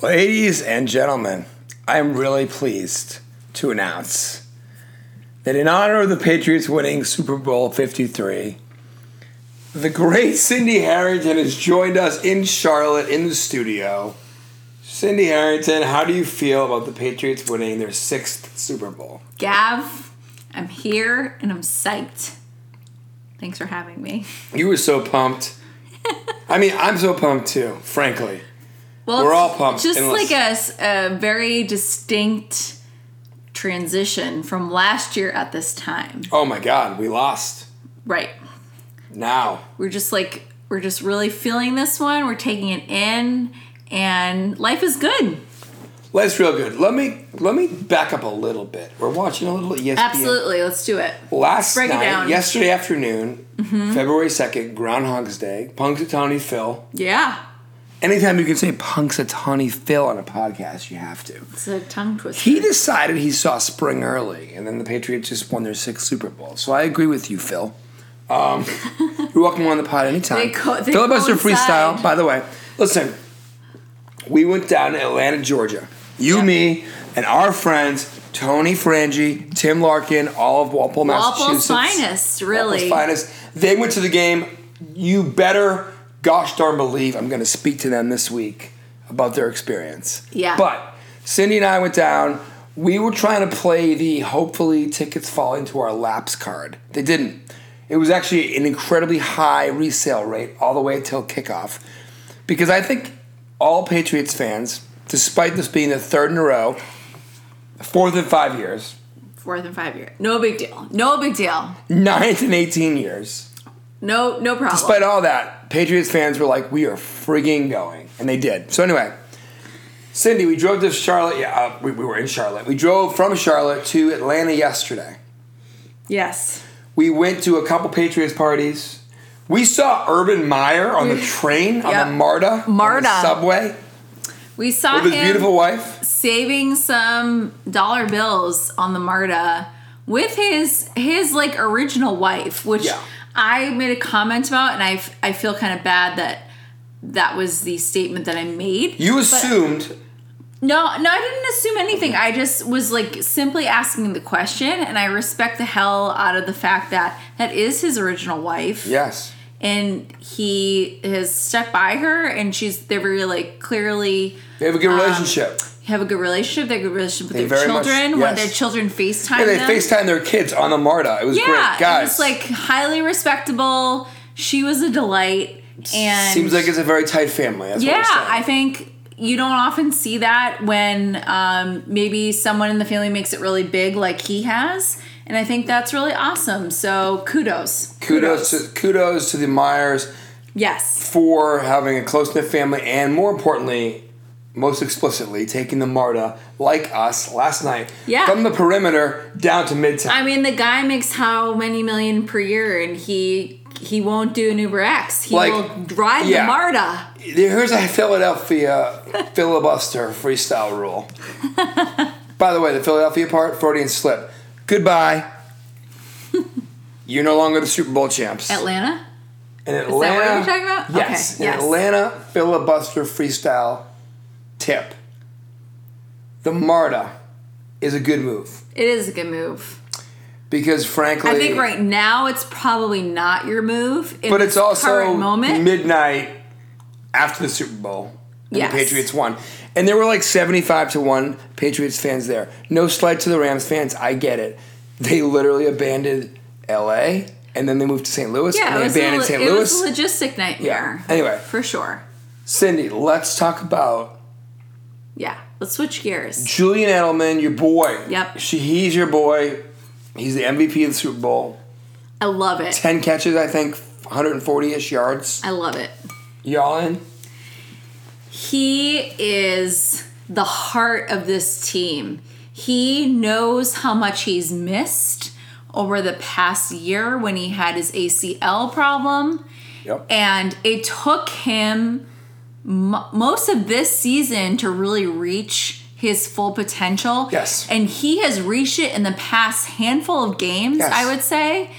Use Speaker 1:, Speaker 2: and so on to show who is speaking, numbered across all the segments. Speaker 1: Ladies and gentlemen, I am really pleased to announce that in honor of the Patriots winning Super Bowl 53, the great Cindy Harrington has joined us in Charlotte in the studio. Cindy Harrington, how do you feel about the Patriots winning their sixth Super Bowl?
Speaker 2: Gav, I'm here and I'm psyched. Thanks for having me.
Speaker 1: You were so pumped. I mean, I'm so pumped too, frankly.
Speaker 2: Well,
Speaker 1: We're
Speaker 2: it's
Speaker 1: all pumped,
Speaker 2: Just
Speaker 1: and let's-
Speaker 2: like a s- a, very distinct transition from last year at this time.
Speaker 1: Oh my God, we lost.
Speaker 2: Right.
Speaker 1: Now.
Speaker 2: We're just like, we're just really feeling this one. We're taking it in, and life is good.
Speaker 1: Let's real good. Let me let me back up a little bit. We're watching a little E ESPN.
Speaker 2: Absolutely. Let's do it.
Speaker 1: Last
Speaker 2: Break it
Speaker 1: night,
Speaker 2: down. Mm-hmm.
Speaker 1: yesterday afternoon, February second, Groundhog's Day, Punxsutawney Phil.
Speaker 2: Yeah.
Speaker 1: Anytime you can say Punxsutawney Phil on a podcast, you have to.
Speaker 2: It's a tongue twister.
Speaker 1: He decided he saw spring early, and then the Patriots just won their sixth Super Bowl. So I agree with you, Phil. Um, you're welcome on the pod anytime.
Speaker 2: They co- they
Speaker 1: Filibuster
Speaker 2: coincide.
Speaker 1: freestyle. By the way, listen. We went down to Atlanta, Georgia. You,
Speaker 2: Yeah.
Speaker 1: me, and our friends Tony Frangie, Tim Larkin, all of Walpole,
Speaker 2: Waffle's
Speaker 1: Massachusetts.
Speaker 2: finest, really.
Speaker 1: Apple's finest. They went to the game. You better, gosh darn believe, I'm going to speak to them this week about their experience.
Speaker 2: Yeah.
Speaker 1: But Cindy and I went down. We were trying to play the hopefully tickets fall into our laps card. They didn't. It was actually an incredibly high resale rate all the way till kickoff. Because I think all Patriots fans, despite this being the third in a row, fourth in five years,
Speaker 2: Fourth and five year. No big deal. No big deal.
Speaker 1: ninth in 18 years,
Speaker 2: No, no problem.
Speaker 1: Despite all that, Patriots fans were like, "We are frigging going," and they did. So anyway, Cindy, we drove to Charlotte. Yeah, uh, we, we were in Charlotte. We drove from Charlotte to Atlanta yesterday.
Speaker 2: yes.
Speaker 1: We went to a couple Patriots parties. We saw Urban Meyer on the train on
Speaker 2: Yep.
Speaker 1: the MARTA, on the
Speaker 2: Mm. MARTA.
Speaker 1: subway
Speaker 2: We saw
Speaker 1: with his
Speaker 2: him.
Speaker 1: beautiful wife.
Speaker 2: saving some dollar bills on the Marta with his his like original wife, which
Speaker 1: Yeah.
Speaker 2: I made a comment about, and I f- I feel kind of bad that that was the statement that I made.
Speaker 1: You assumed
Speaker 2: No, no, I didn't assume anything. I just was like simply asking the question, and I respect the hell out of the fact that that is his original wife
Speaker 1: yes.
Speaker 2: and he has stuck by her and she's they're very like clearly
Speaker 1: They have a
Speaker 2: Um,
Speaker 1: good relationship.
Speaker 2: have a good relationship. They have a good relationship with
Speaker 1: They
Speaker 2: their
Speaker 1: very much-
Speaker 2: children. When
Speaker 1: yes.
Speaker 2: their children FaceTime
Speaker 1: Yeah, they
Speaker 2: them.
Speaker 1: FaceTime their kids on the MARTA. It was
Speaker 2: yeah,
Speaker 1: great, guys.
Speaker 2: it's like highly respectable. She was a delight, and
Speaker 1: seems like it's a very tight family. That's
Speaker 2: yeah,
Speaker 1: what we're saying.
Speaker 2: I think you don't often see that when um, maybe someone in the family makes it really big, like he has. And I think that's really awesome. So kudos,
Speaker 1: kudos to kudos to the Myers
Speaker 2: yes,
Speaker 1: for having a close knit family, and more importantly, most explicitly, taking the Marta like us last night
Speaker 2: Yeah.
Speaker 1: from the perimeter down to midtown.
Speaker 2: I mean the guy makes how many million per year, and he he won't do an Uber X. He
Speaker 1: Like,
Speaker 2: will ride
Speaker 1: yeah.
Speaker 2: the Marta.
Speaker 1: Here's a Philadelphia filibuster freestyle rule. By the way, the Philadelphia part, Freudian slip. Goodbye. You're no longer the Super Bowl champs.
Speaker 2: Atlanta.
Speaker 1: In
Speaker 2: what
Speaker 1: Atlanta,
Speaker 2: you're talking about?
Speaker 1: Yes,
Speaker 2: Okay,
Speaker 1: in
Speaker 2: yes.
Speaker 1: Atlanta filibuster freestyle tip. The Marta is a good move
Speaker 2: It is a good move.
Speaker 1: because, frankly,
Speaker 2: I think right now it's probably not your move. In
Speaker 1: But it's
Speaker 2: this
Speaker 1: also
Speaker 2: current moment.
Speaker 1: midnight after the Super Bowl. And
Speaker 2: Yes.
Speaker 1: The Patriots won, and there were like seventy-five to one Patriots fans there. No slight to the Rams fans, I get it. They literally abandoned L.A. and then they moved to St. Louis,
Speaker 2: yeah,
Speaker 1: and
Speaker 2: it
Speaker 1: they
Speaker 2: was, a,
Speaker 1: abandoned
Speaker 2: lo-
Speaker 1: St.
Speaker 2: it
Speaker 1: Louis.
Speaker 2: was a logistic nightmare.
Speaker 1: Yeah. Anyway.
Speaker 2: for sure.
Speaker 1: Cindy, let's talk about
Speaker 2: Yeah, let's switch gears.
Speaker 1: Julian Edelman, your boy.
Speaker 2: Yep.
Speaker 1: She, he's your boy. He's the MVP of the Super Bowl.
Speaker 2: I love it.
Speaker 1: 10 catches, I think, 140 ish yards.
Speaker 2: I love it.
Speaker 1: Y'all in?
Speaker 2: He is the heart of this team. He knows how much he's missed over the past year when he had his ACL problem.
Speaker 1: Yep.
Speaker 2: And it took him mo most of this season to really reach his full potential.
Speaker 1: Yes.
Speaker 2: And he has reached it in the past handful of games,
Speaker 1: Yes.
Speaker 2: I would say.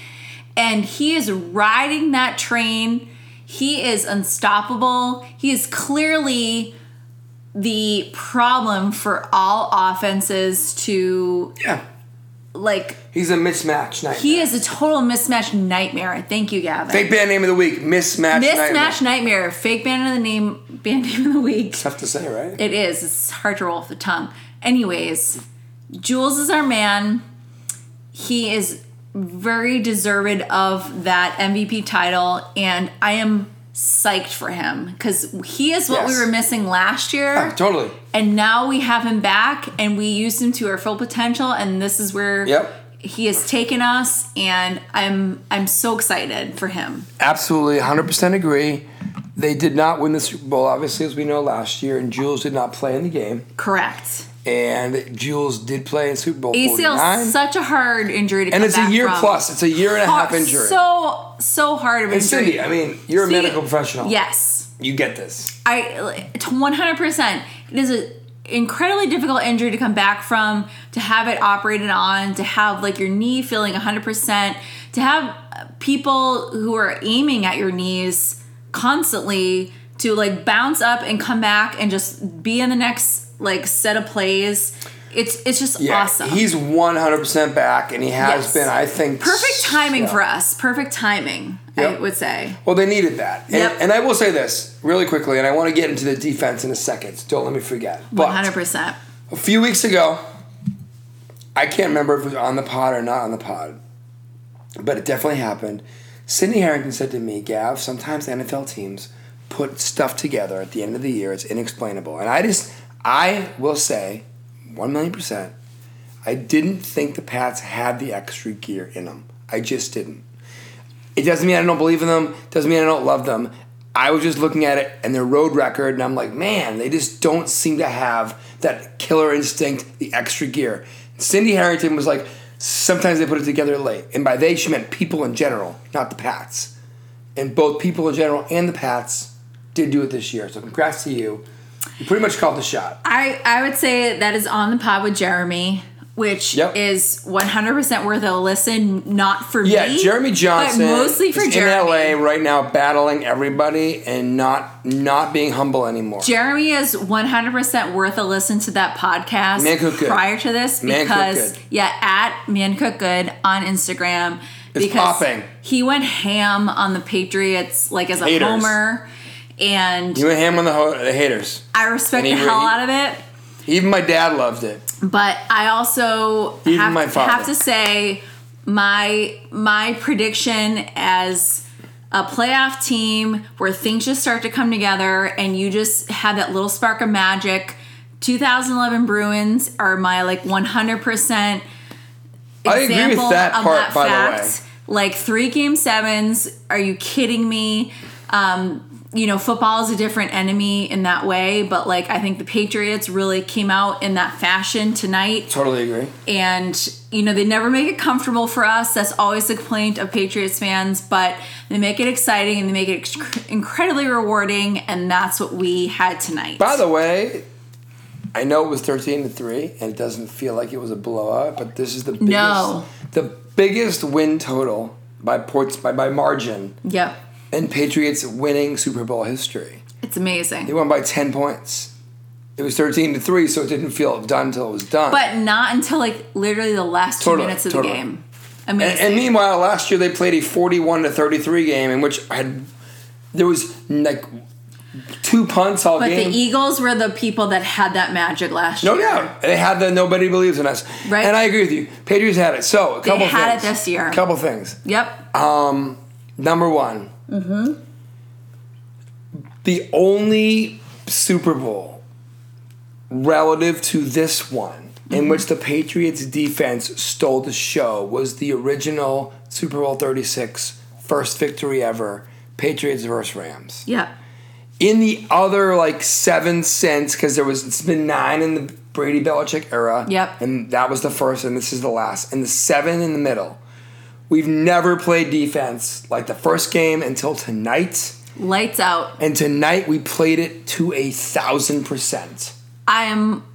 Speaker 2: And he is riding that train. He is unstoppable. He is clearly the problem for all offenses to
Speaker 1: Yeah.
Speaker 2: like
Speaker 1: He's a mismatch nightmare.
Speaker 2: he is a total mismatch nightmare. Thank you, Gavin.
Speaker 1: Fake band name of the week, mismatch nightmare.
Speaker 2: mismatch nightmare. Fake band of the name band name of the week.
Speaker 1: Tough to say, right?
Speaker 2: It is. It's hard to roll off the tongue. Anyways, Jules is our man. He is very deserved of that MVP title, and I am psyched for him because he is what
Speaker 1: Yes. Oh,
Speaker 2: we were missing last year.
Speaker 1: totally.
Speaker 2: And now we have him back, and we used him to our full potential, and this is where
Speaker 1: Yep.
Speaker 2: he has taken us. And I'm I'm so excited for him.
Speaker 1: Absolutely, 100% agree. They did not win the Super Bowl, obviously, as we know last year, and Jules did not play in the game.
Speaker 2: Correct.
Speaker 1: And Jules did play in Super Bowl
Speaker 2: ACL
Speaker 1: 49.
Speaker 2: is such a hard injury to
Speaker 1: and
Speaker 2: come
Speaker 1: it's a
Speaker 2: back
Speaker 1: year
Speaker 2: from.
Speaker 1: plus. It's a year and a half
Speaker 2: Oh,
Speaker 1: injury.
Speaker 2: So so hard of an
Speaker 1: and
Speaker 2: injury.
Speaker 1: Cindy, I mean, you're
Speaker 2: See,
Speaker 1: a medical professional.
Speaker 2: Yes,
Speaker 1: You get this.
Speaker 2: I one hundred percent. It is an incredibly difficult injury to come back from, to have it operated on, to have like your knee feeling one hundred percent, to have uh, people who are aiming at your knees constantly to like bounce up and come back and just be in the next like set of plays. It's it's just awesome.
Speaker 1: He's 100% back, and he has
Speaker 2: Yes.
Speaker 1: been, I think.
Speaker 2: perfect timing
Speaker 1: yeah.
Speaker 2: for us. Perfect timing, I
Speaker 1: Yep.
Speaker 2: would say.
Speaker 1: Well, they needed that. And,
Speaker 2: Yep.
Speaker 1: and I will say this really quickly, and I want to get into the defense in a second. so Don't let me forget. But
Speaker 2: One hundred percent.
Speaker 1: a few weeks ago, I can't remember if it was on the pod or not on the pod, but it definitely happened. Sydney Harrington said to me, Gav, sometimes NFL teams put stuff together at the end of the year. It's inexplainable. And I just, I will say, 1 million percent, I didn't think the Pats had the extra gear in them. I just didn't. It doesn't mean I don't believe in them. Doesn't mean I don't love them. I was just looking at it and their road record, and I'm like, man, they just don't seem to have that killer instinct, the extra gear. Cindy Harrington was like, sometimes they put it together late, and by they she meant people in general, not the Pats. And both people in general and the Pats did do it this year. So congrats to you. You pretty much called the shot.
Speaker 2: I, I would say that is on the pod with Jeremy, which
Speaker 1: Yep.
Speaker 2: is 100% worth a listen, not for
Speaker 1: Yeah,
Speaker 2: me.
Speaker 1: Jeremy Johnson,
Speaker 2: But mostly for
Speaker 1: is
Speaker 2: Jeremy.
Speaker 1: in LA right now, battling everybody and not not being humble anymore.
Speaker 2: Jeremy is 100% worth a listen to that podcast
Speaker 1: Man Cook Good.
Speaker 2: prior to this
Speaker 1: Man Cook
Speaker 2: because,
Speaker 1: Good.
Speaker 2: yeah, at Man Cook Good on Instagram.
Speaker 1: It's
Speaker 2: because
Speaker 1: popping.
Speaker 2: He went ham on the Patriots, like as a
Speaker 1: Haters.
Speaker 2: homer. And
Speaker 1: You and him on the, ho- the haters.
Speaker 2: I respect
Speaker 1: And he
Speaker 2: the hell
Speaker 1: re-
Speaker 2: out of it.
Speaker 1: Even my dad loved it.
Speaker 2: But I also
Speaker 1: Even
Speaker 2: have,
Speaker 1: my father.
Speaker 2: have to say my my prediction as a playoff team where things just start to come together and you just have that little spark of magic. 2011 Bruins are my like 100 percent
Speaker 1: I agree with that part, by the way.
Speaker 2: Like three game sevens. Are you kidding me? Um, you know, football is a different enemy in that way, but like I think the Patriots really came out in that fashion tonight.
Speaker 1: Totally agree.
Speaker 2: And, you know, they never make it comfortable for us. That's always the complaint of Patriots fans, but they make it exciting and they make it exc- incredibly rewarding. And that's what we had tonight.
Speaker 1: By the way, I know it was 13 to 3 and it doesn't feel like it was a blowout, but this is the biggest
Speaker 2: No.
Speaker 1: the biggest win total by ports by, by margin
Speaker 2: yep.
Speaker 1: in Patriots winning Super Bowl history.
Speaker 2: It's amazing.
Speaker 1: They won by 10 points. It was 13 to 3, so it didn't feel done until it was done.
Speaker 2: but not until like literally the last two
Speaker 1: Totally,
Speaker 2: minutes of
Speaker 1: totally.
Speaker 2: the game. Amazing.
Speaker 1: And, and meanwhile, last year they played a 41 to 33 game in which I had there was like two punts all
Speaker 2: But
Speaker 1: game.
Speaker 2: the Eagles were the people that had that magic last
Speaker 1: No
Speaker 2: year.
Speaker 1: doubt. They had the nobody believes in us.
Speaker 2: Right.
Speaker 1: And I agree with you. Patriots had it. So, a couple
Speaker 2: had
Speaker 1: things.
Speaker 2: it this year.
Speaker 1: couple things.
Speaker 2: Yep.
Speaker 1: Number one. The only Super Bowl relative to this one in which the Patriots defense stole the show was the original Super Bowl 36 first victory ever Patriots versus Rams.
Speaker 2: Yep.
Speaker 1: in the other like seven cents because there was it's been nine in the Brady Belichick era.
Speaker 2: Yep.
Speaker 1: and that was the first, and this is the last, and the seven in the middle. We've never played defense like the first game until tonight,
Speaker 2: Lights out.
Speaker 1: and tonight we played it to a thousand percent.
Speaker 2: I am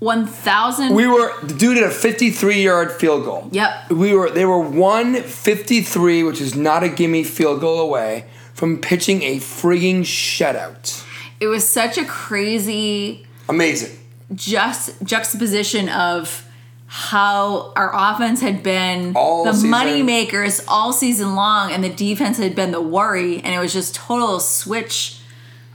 Speaker 2: one thousand.
Speaker 1: We were the dude did a fifty-three yard field goal.
Speaker 2: Yep.
Speaker 1: we were. They were one fifty-three, which is not a gimme field goal away from pitching a frigging shutout.
Speaker 2: it was such a crazy
Speaker 1: Amazing.
Speaker 2: just juxtaposition of how our offense had been
Speaker 1: All
Speaker 2: the
Speaker 1: season.
Speaker 2: money makers all season long and the defense had been the worry and it was just total switch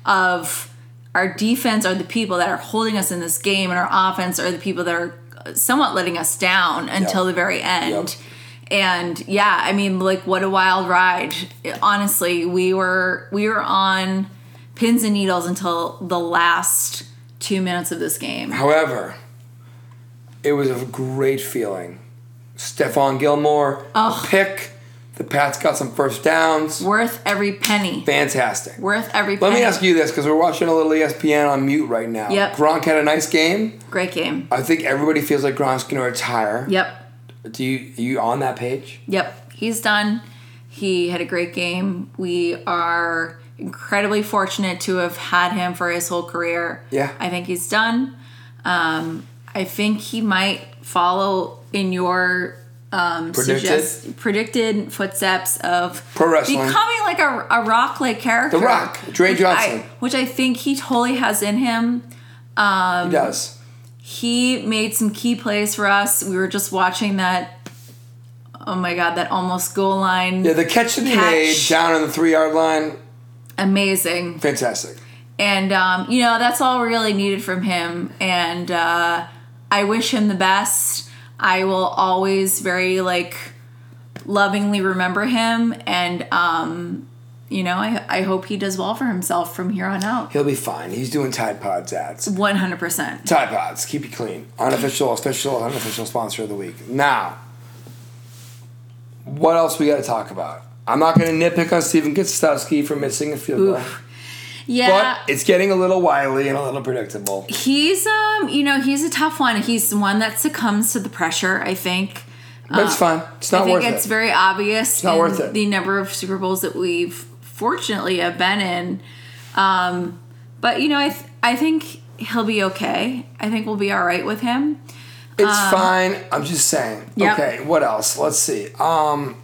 Speaker 2: of our defense are the people that are holding us in this game and our offense are the people that are somewhat letting us down until the very end and yeah i mean like what a wild ride honestly we were we were on pins and needles until the last two minutes of this game
Speaker 1: However, it was a great feeling. Stefan Gilmore, a pick. The Pats got some first downs.
Speaker 2: worth every penny
Speaker 1: Fantastic.
Speaker 2: worth every
Speaker 1: Let
Speaker 2: penny
Speaker 1: me ask you this because we're watching a little E ESPN on mute right now.
Speaker 2: Yep.
Speaker 1: Gronk had a nice game.
Speaker 2: great game
Speaker 1: I think everybody feels like Gronk's going to retire.
Speaker 2: yep
Speaker 1: Do you are you on that page?
Speaker 2: yep he's done he had a great game we are incredibly fortunate to have had him for his whole career
Speaker 1: Yeah.
Speaker 2: i think he's done um, i think he might follow in your um,
Speaker 1: Predicted?
Speaker 2: suggest predicted footsteps of
Speaker 1: Pro wrestling.
Speaker 2: becoming like a, a rock like character.
Speaker 1: The Rock, Dwayne
Speaker 2: which
Speaker 1: Johnson.
Speaker 2: I, which I think he totally has in him. Um,
Speaker 1: he does.
Speaker 2: He made some key plays for us. We were just watching that. Oh my god, that almost goal line.
Speaker 1: Yeah, the catch that he
Speaker 2: Catch.
Speaker 1: made down on the three yard line,
Speaker 2: Amazing.
Speaker 1: fantastic.
Speaker 2: And um, you know, that's all we really needed from him. And uh, I wish him the best. I will always very like lovingly remember him and um you know, I, I hope he does well for himself from here on out.
Speaker 1: He'll be fine. He's doing Tide Pods ads.
Speaker 2: 100%.
Speaker 1: Tide Pods, keep you clean. Unofficial, official, unofficial sponsor of the week. Now, what else we got to talk about? I'm not going to nitpick on Steven Gostowski for missing a field goal,
Speaker 2: Yeah.
Speaker 1: but it's getting a little wily and a little predictable.
Speaker 2: he's um, you know, he's a tough one. He's one that succumbs to the pressure, I think.
Speaker 1: But it's fine. It's not
Speaker 2: Uh, I think
Speaker 1: worth
Speaker 2: it's
Speaker 1: it.
Speaker 2: very obvious it's
Speaker 1: not
Speaker 2: in
Speaker 1: worth it.
Speaker 2: the number of Super Bowls that we've fortunately have been in. Um, but you know, I th- I think he'll be okay. I think we'll be all right with him.
Speaker 1: it's fine. I'm just saying.
Speaker 2: uh, Yep.
Speaker 1: Okay, what else? Let's see. Um,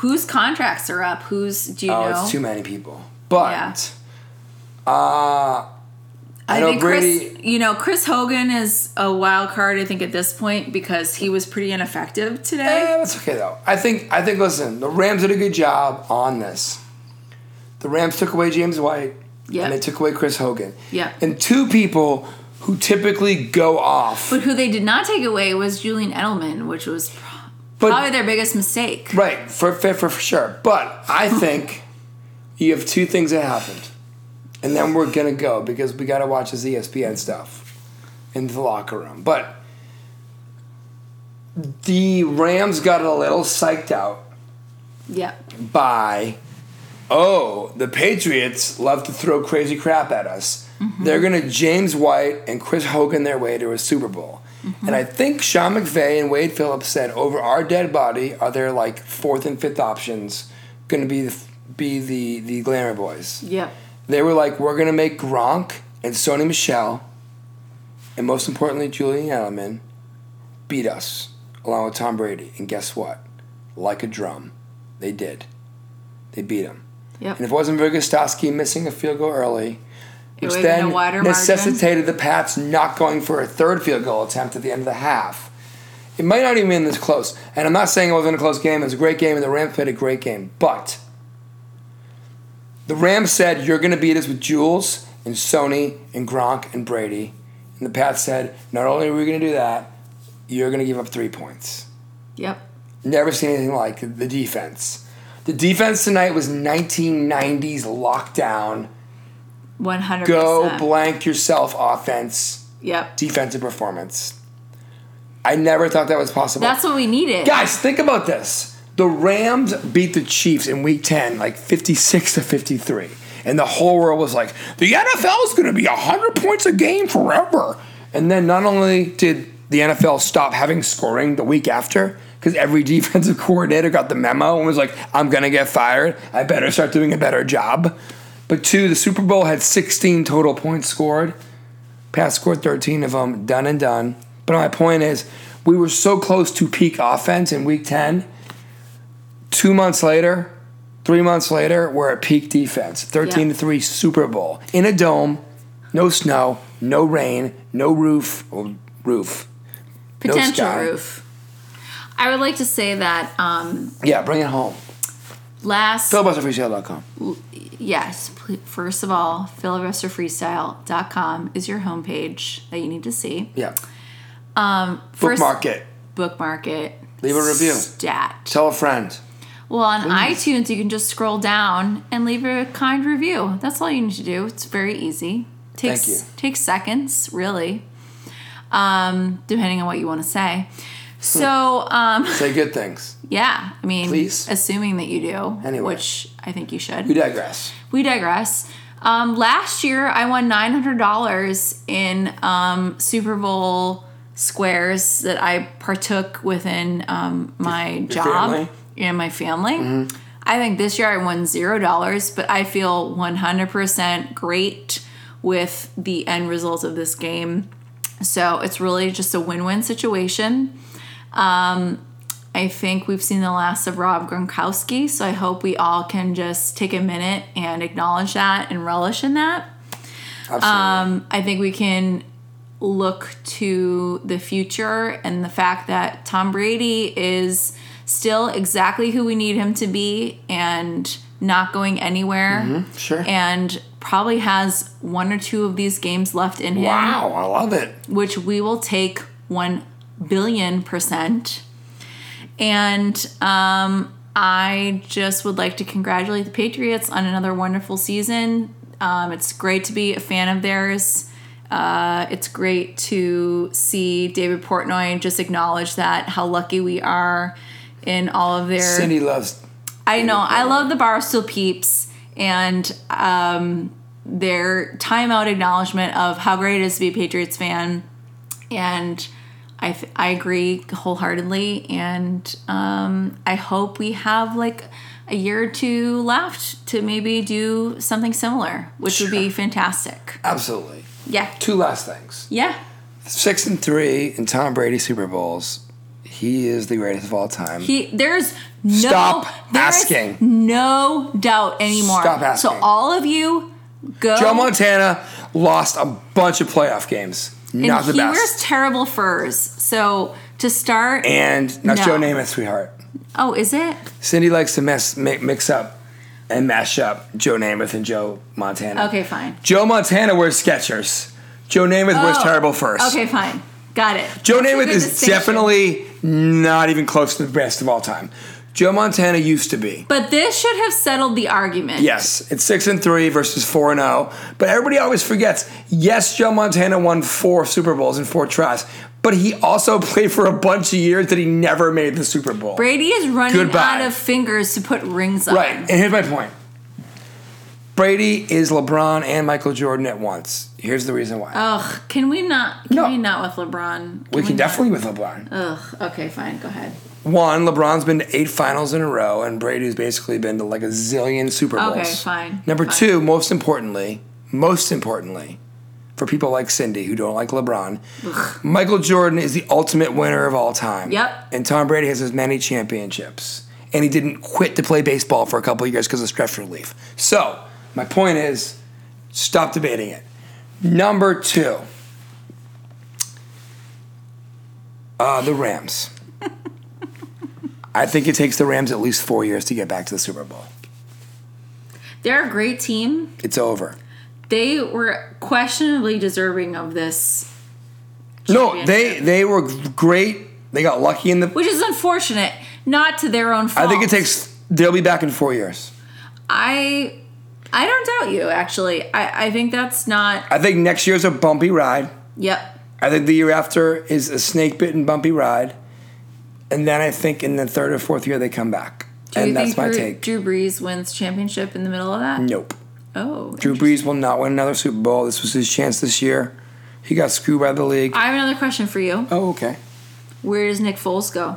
Speaker 2: Whose contracts are up? Who's do you
Speaker 1: Oh,
Speaker 2: know?
Speaker 1: it's too many people. But
Speaker 2: Yeah.
Speaker 1: uh, I,
Speaker 2: I
Speaker 1: know
Speaker 2: think
Speaker 1: Brady.
Speaker 2: Chris, you know, Chris Hogan is a wild card. I think at this point because he was pretty ineffective today.
Speaker 1: Eh, that's okay though. I think I think listen, the Rams did a good job on this. The Rams took away James White
Speaker 2: Yep.
Speaker 1: and they took away Chris Hogan.
Speaker 2: Yep.
Speaker 1: And two people who typically go off.
Speaker 2: But who they did not take away was Julian Edelman, which was pro-
Speaker 1: But-
Speaker 2: probably their biggest mistake.
Speaker 1: right, for, for for for sure. But I think you have two things that happened. And then we're gonna go because we gotta watch this E ESPN stuff in the locker room. But the Rams got a little psyched out
Speaker 2: Yep.
Speaker 1: by, oh, the Patriots love to throw crazy crap at us. They're going to James White and Chris Hogan their way to a Super Bowl. And I think Sean McVay and Wade Phillips said, over our dead body are their like fourth and fifth options going to be the, be the the Glamour Boys.
Speaker 2: Yep.
Speaker 1: They were like, we're going to make Gronk and Sony Michelle, and most importantly Julian Edelman, beat us along with Tom Brady. And guess what? Like a drum, they did. They beat him.
Speaker 2: Yep.
Speaker 1: And if it wasn't for Gostowski missing a field goal early, which
Speaker 2: would've been
Speaker 1: then
Speaker 2: a wider
Speaker 1: necessitated the Pats not going for a third field goal attempt at the end of the half, it might not even been this close. And I'm not saying it wasn't a close game. It was a great game, and the Rams played a great game. But the Rams said, you're going to beat us with Jules and Sony and Gronk and Brady. And the Pats said, not only are we going to do that, you're going to give up three points.
Speaker 2: Yep.
Speaker 1: Never seen anything like the defense. The defense tonight was 1990s lockdown.
Speaker 2: 100%.
Speaker 1: Go blank yourself offense,
Speaker 2: Yep.
Speaker 1: defensive performance. I never thought that was possible.
Speaker 2: That's what we needed.
Speaker 1: Guys, think about this. The Rams beat the Chiefs in week 10, like 56 to 53. And the whole world was like, the NFL is going to be 100 points a game forever. And then not only did the NFL stop having scoring the week after, because every defensive coordinator got the memo and was like, I'm going to get fired. I better start doing a better job. But two, the Super Bowl had 16 total points scored. Pat scored 13 of them, done and done. But my point is, we were so close to peak offense in week 10. Two months later, three months later, we're at peak defense. 13 to 3 Super Bowl in a dome, no snow, no rain, no roof, or roof. No
Speaker 2: Potential
Speaker 1: sky.
Speaker 2: roof. I would like to say that um,
Speaker 1: Yeah, bring it home.
Speaker 2: last.
Speaker 1: Filibusterfreestyle.com.
Speaker 2: yes, pl- first of all, filibusterfreestyle.com is your homepage that you need to see.
Speaker 1: Yeah.
Speaker 2: Um, first,
Speaker 1: Bookmark it.
Speaker 2: bookmark it.
Speaker 1: Leave a review.
Speaker 2: Stat.
Speaker 1: Tell a friend.
Speaker 2: Well, on iTunes, you can just scroll down and leave a kind review. That's all you need to do. It's very easy. Takes,
Speaker 1: you.
Speaker 2: Takes seconds, really, um, depending on what you want to say. So, um,
Speaker 1: Say good things.
Speaker 2: yeah, I mean,
Speaker 1: Please.
Speaker 2: assuming that you do,
Speaker 1: Anyway.
Speaker 2: which I think you should.
Speaker 1: We digress.
Speaker 2: we digress. Um, last year, I won nine hundred dollars in um, Super Bowl squares that I partook within um, my job
Speaker 1: family? Mm-hmm.
Speaker 2: and my family. I think this year I won zero dollars, but I feel one hundred percent great with the end result of this game. So it's really just a win-win situation. I think we've seen the last of Rob Gronkowski, so I hope we all can just take a minute and acknowledge that and relish in that.
Speaker 1: Absolutely.
Speaker 2: Um, I think we can look to the future and the fact that Tom Brady is still exactly who we need him to be and not going anywhere
Speaker 1: sure.
Speaker 2: and probably has one or two of these games left in him
Speaker 1: wow, I love it.
Speaker 2: which we will take 1 billion percent. And um, I just would like to congratulate the Patriots on another wonderful season. Um, it's great to be a fan of theirs. Uh, it's great to see David Portnoy just acknowledge that how lucky we are in all of their.
Speaker 1: Cindy loves.
Speaker 2: I know. I love the Barstool peeps and um, their timeout acknowledgement of how great it is to be a Patriots fan. And I, th- I agree wholeheartedly. And um, I hope we have like a year or two left to maybe do something similar, which would be fantastic.
Speaker 1: Absolutely.
Speaker 2: Yeah.
Speaker 1: Two last things.
Speaker 2: Yeah.
Speaker 1: Six and three in Tom Brady Super Bowls. He is the greatest of all time.
Speaker 2: He, there's no
Speaker 1: Stop
Speaker 2: there is
Speaker 1: asking.
Speaker 2: no doubt anymore.
Speaker 1: Stop asking.
Speaker 2: So all of you go
Speaker 1: Joe Montana lost a bunch of playoff games. Not
Speaker 2: and
Speaker 1: the
Speaker 2: he
Speaker 1: best.
Speaker 2: wears terrible furs. So to start,
Speaker 1: and not
Speaker 2: No.
Speaker 1: Joe Namath, sweetheart.
Speaker 2: oh, is it?
Speaker 1: Cindy likes to mess, mi- mix up and mash up Joe Namath and Joe Montana.
Speaker 2: Okay, fine.
Speaker 1: Joe Montana wears Skechers. Joe Namath wears
Speaker 2: Oh,
Speaker 1: terrible first.
Speaker 2: Okay, fine. Got it.
Speaker 1: Joe
Speaker 2: That's a
Speaker 1: Namath
Speaker 2: good
Speaker 1: is
Speaker 2: distinction.
Speaker 1: definitely not even close to the best of all time. Joe Montana used to be.
Speaker 2: But this should have settled the argument.
Speaker 1: Yes, it's six and three versus four and zero. But everybody always forgets. Yes, Joe Montana won four Super Bowls and four tries, but he also played for a bunch of years that he never made the Super Bowl.
Speaker 2: Brady is running
Speaker 1: Goodbye.
Speaker 2: out of fingers to put rings on.
Speaker 1: Right, and here's my point. Brady is LeBron and Michael Jordan at once. Here's the reason why.
Speaker 2: Ugh. Can we not? Can
Speaker 1: No.
Speaker 2: we not with LeBron?
Speaker 1: we can
Speaker 2: not?
Speaker 1: definitely with LeBron.
Speaker 2: Ugh. Okay, fine. Go ahead.
Speaker 1: One, LeBron's been to eight finals in a row, and Brady's basically been to like a zillion Super Bowls.
Speaker 2: Okay, fine,
Speaker 1: Number
Speaker 2: fine.
Speaker 1: two, most importantly, most importantly, for people like Cindy who don't like LeBron, Michael Jordan is the ultimate winner of all time.
Speaker 2: Yep.
Speaker 1: And Tom Brady has as many championships. And he didn't quit to play baseball for a couple of years because of stress relief. So, my point is stop debating it. Number two, uh, the Rams. I think it takes the Rams at least four years to get back to the Super Bowl.
Speaker 2: They're a great team.
Speaker 1: It's over.
Speaker 2: They were questionably deserving of this,
Speaker 1: No, they they were great. They got lucky in the.
Speaker 2: which is unfortunate. Not to their own fault.
Speaker 1: I think it takes. They'll be back in four years.
Speaker 2: I I don't doubt you actually. I, I think that's not
Speaker 1: I think next year's a bumpy ride.
Speaker 2: yep.
Speaker 1: I think the year after is a snake bitten bumpy ride, and then I think in the third or fourth year they come back,
Speaker 2: Do
Speaker 1: and
Speaker 2: you
Speaker 1: that's
Speaker 2: think
Speaker 1: my
Speaker 2: Drew,
Speaker 1: take.
Speaker 2: Drew Brees wins championship in the middle of that?
Speaker 1: nope.
Speaker 2: Oh.
Speaker 1: Drew Brees will not win another Super Bowl. This was his chance this year. He got screwed by the league.
Speaker 2: I have another question for you.
Speaker 1: oh, okay.
Speaker 2: Where does Nick Foles go?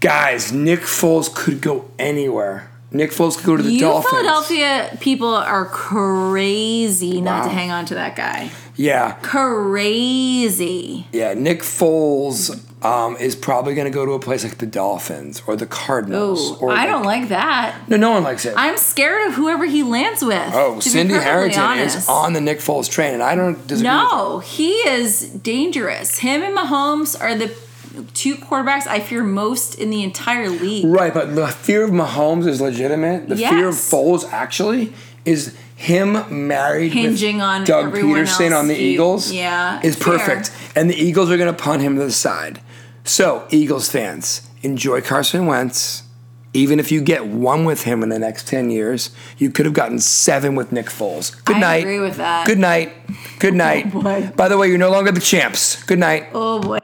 Speaker 1: Guys, Nick Foles could go anywhere. Nick Foles could go to the
Speaker 2: you
Speaker 1: Dolphins.
Speaker 2: Philadelphia people are crazy not to
Speaker 1: Wow.
Speaker 2: hang on to that guy.
Speaker 1: Yeah,
Speaker 2: Crazy.
Speaker 1: yeah. Nick Foles um, is probably going to go to a place like the Dolphins or the Cardinals.
Speaker 2: Oh,
Speaker 1: or
Speaker 2: I
Speaker 1: the-
Speaker 2: don't like that.
Speaker 1: No, no one likes it.
Speaker 2: I'm scared of whoever he lands with.
Speaker 1: oh,
Speaker 2: to be
Speaker 1: Cindy
Speaker 2: perfectly
Speaker 1: Harrington is
Speaker 2: honest.
Speaker 1: on the Nick Foles train, and I don't disagree. with her.
Speaker 2: No, he is dangerous. Him and Mahomes are the two quarterbacks I fear most in the entire league.
Speaker 1: Right, but the fear of Mahomes is legitimate. The fear of
Speaker 2: Yes.
Speaker 1: Foles actually is him married
Speaker 2: Hinging
Speaker 1: with
Speaker 2: on
Speaker 1: Doug
Speaker 2: everyone
Speaker 1: Peterson
Speaker 2: else.
Speaker 1: on the
Speaker 2: You-
Speaker 1: Eagles.
Speaker 2: yeah,
Speaker 1: is
Speaker 2: fair.
Speaker 1: perfect, and the Eagles are going to punt him to the side. So, Eagles fans, enjoy Carson Wentz. Even if you get one with him in the next ten years, you could have gotten seven with Nick Foles. Good
Speaker 2: I
Speaker 1: night.
Speaker 2: agree with that. Oh
Speaker 1: Good night. Good night.
Speaker 2: boy.
Speaker 1: By the way, you're no longer the champs. Good night.
Speaker 2: Oh boy.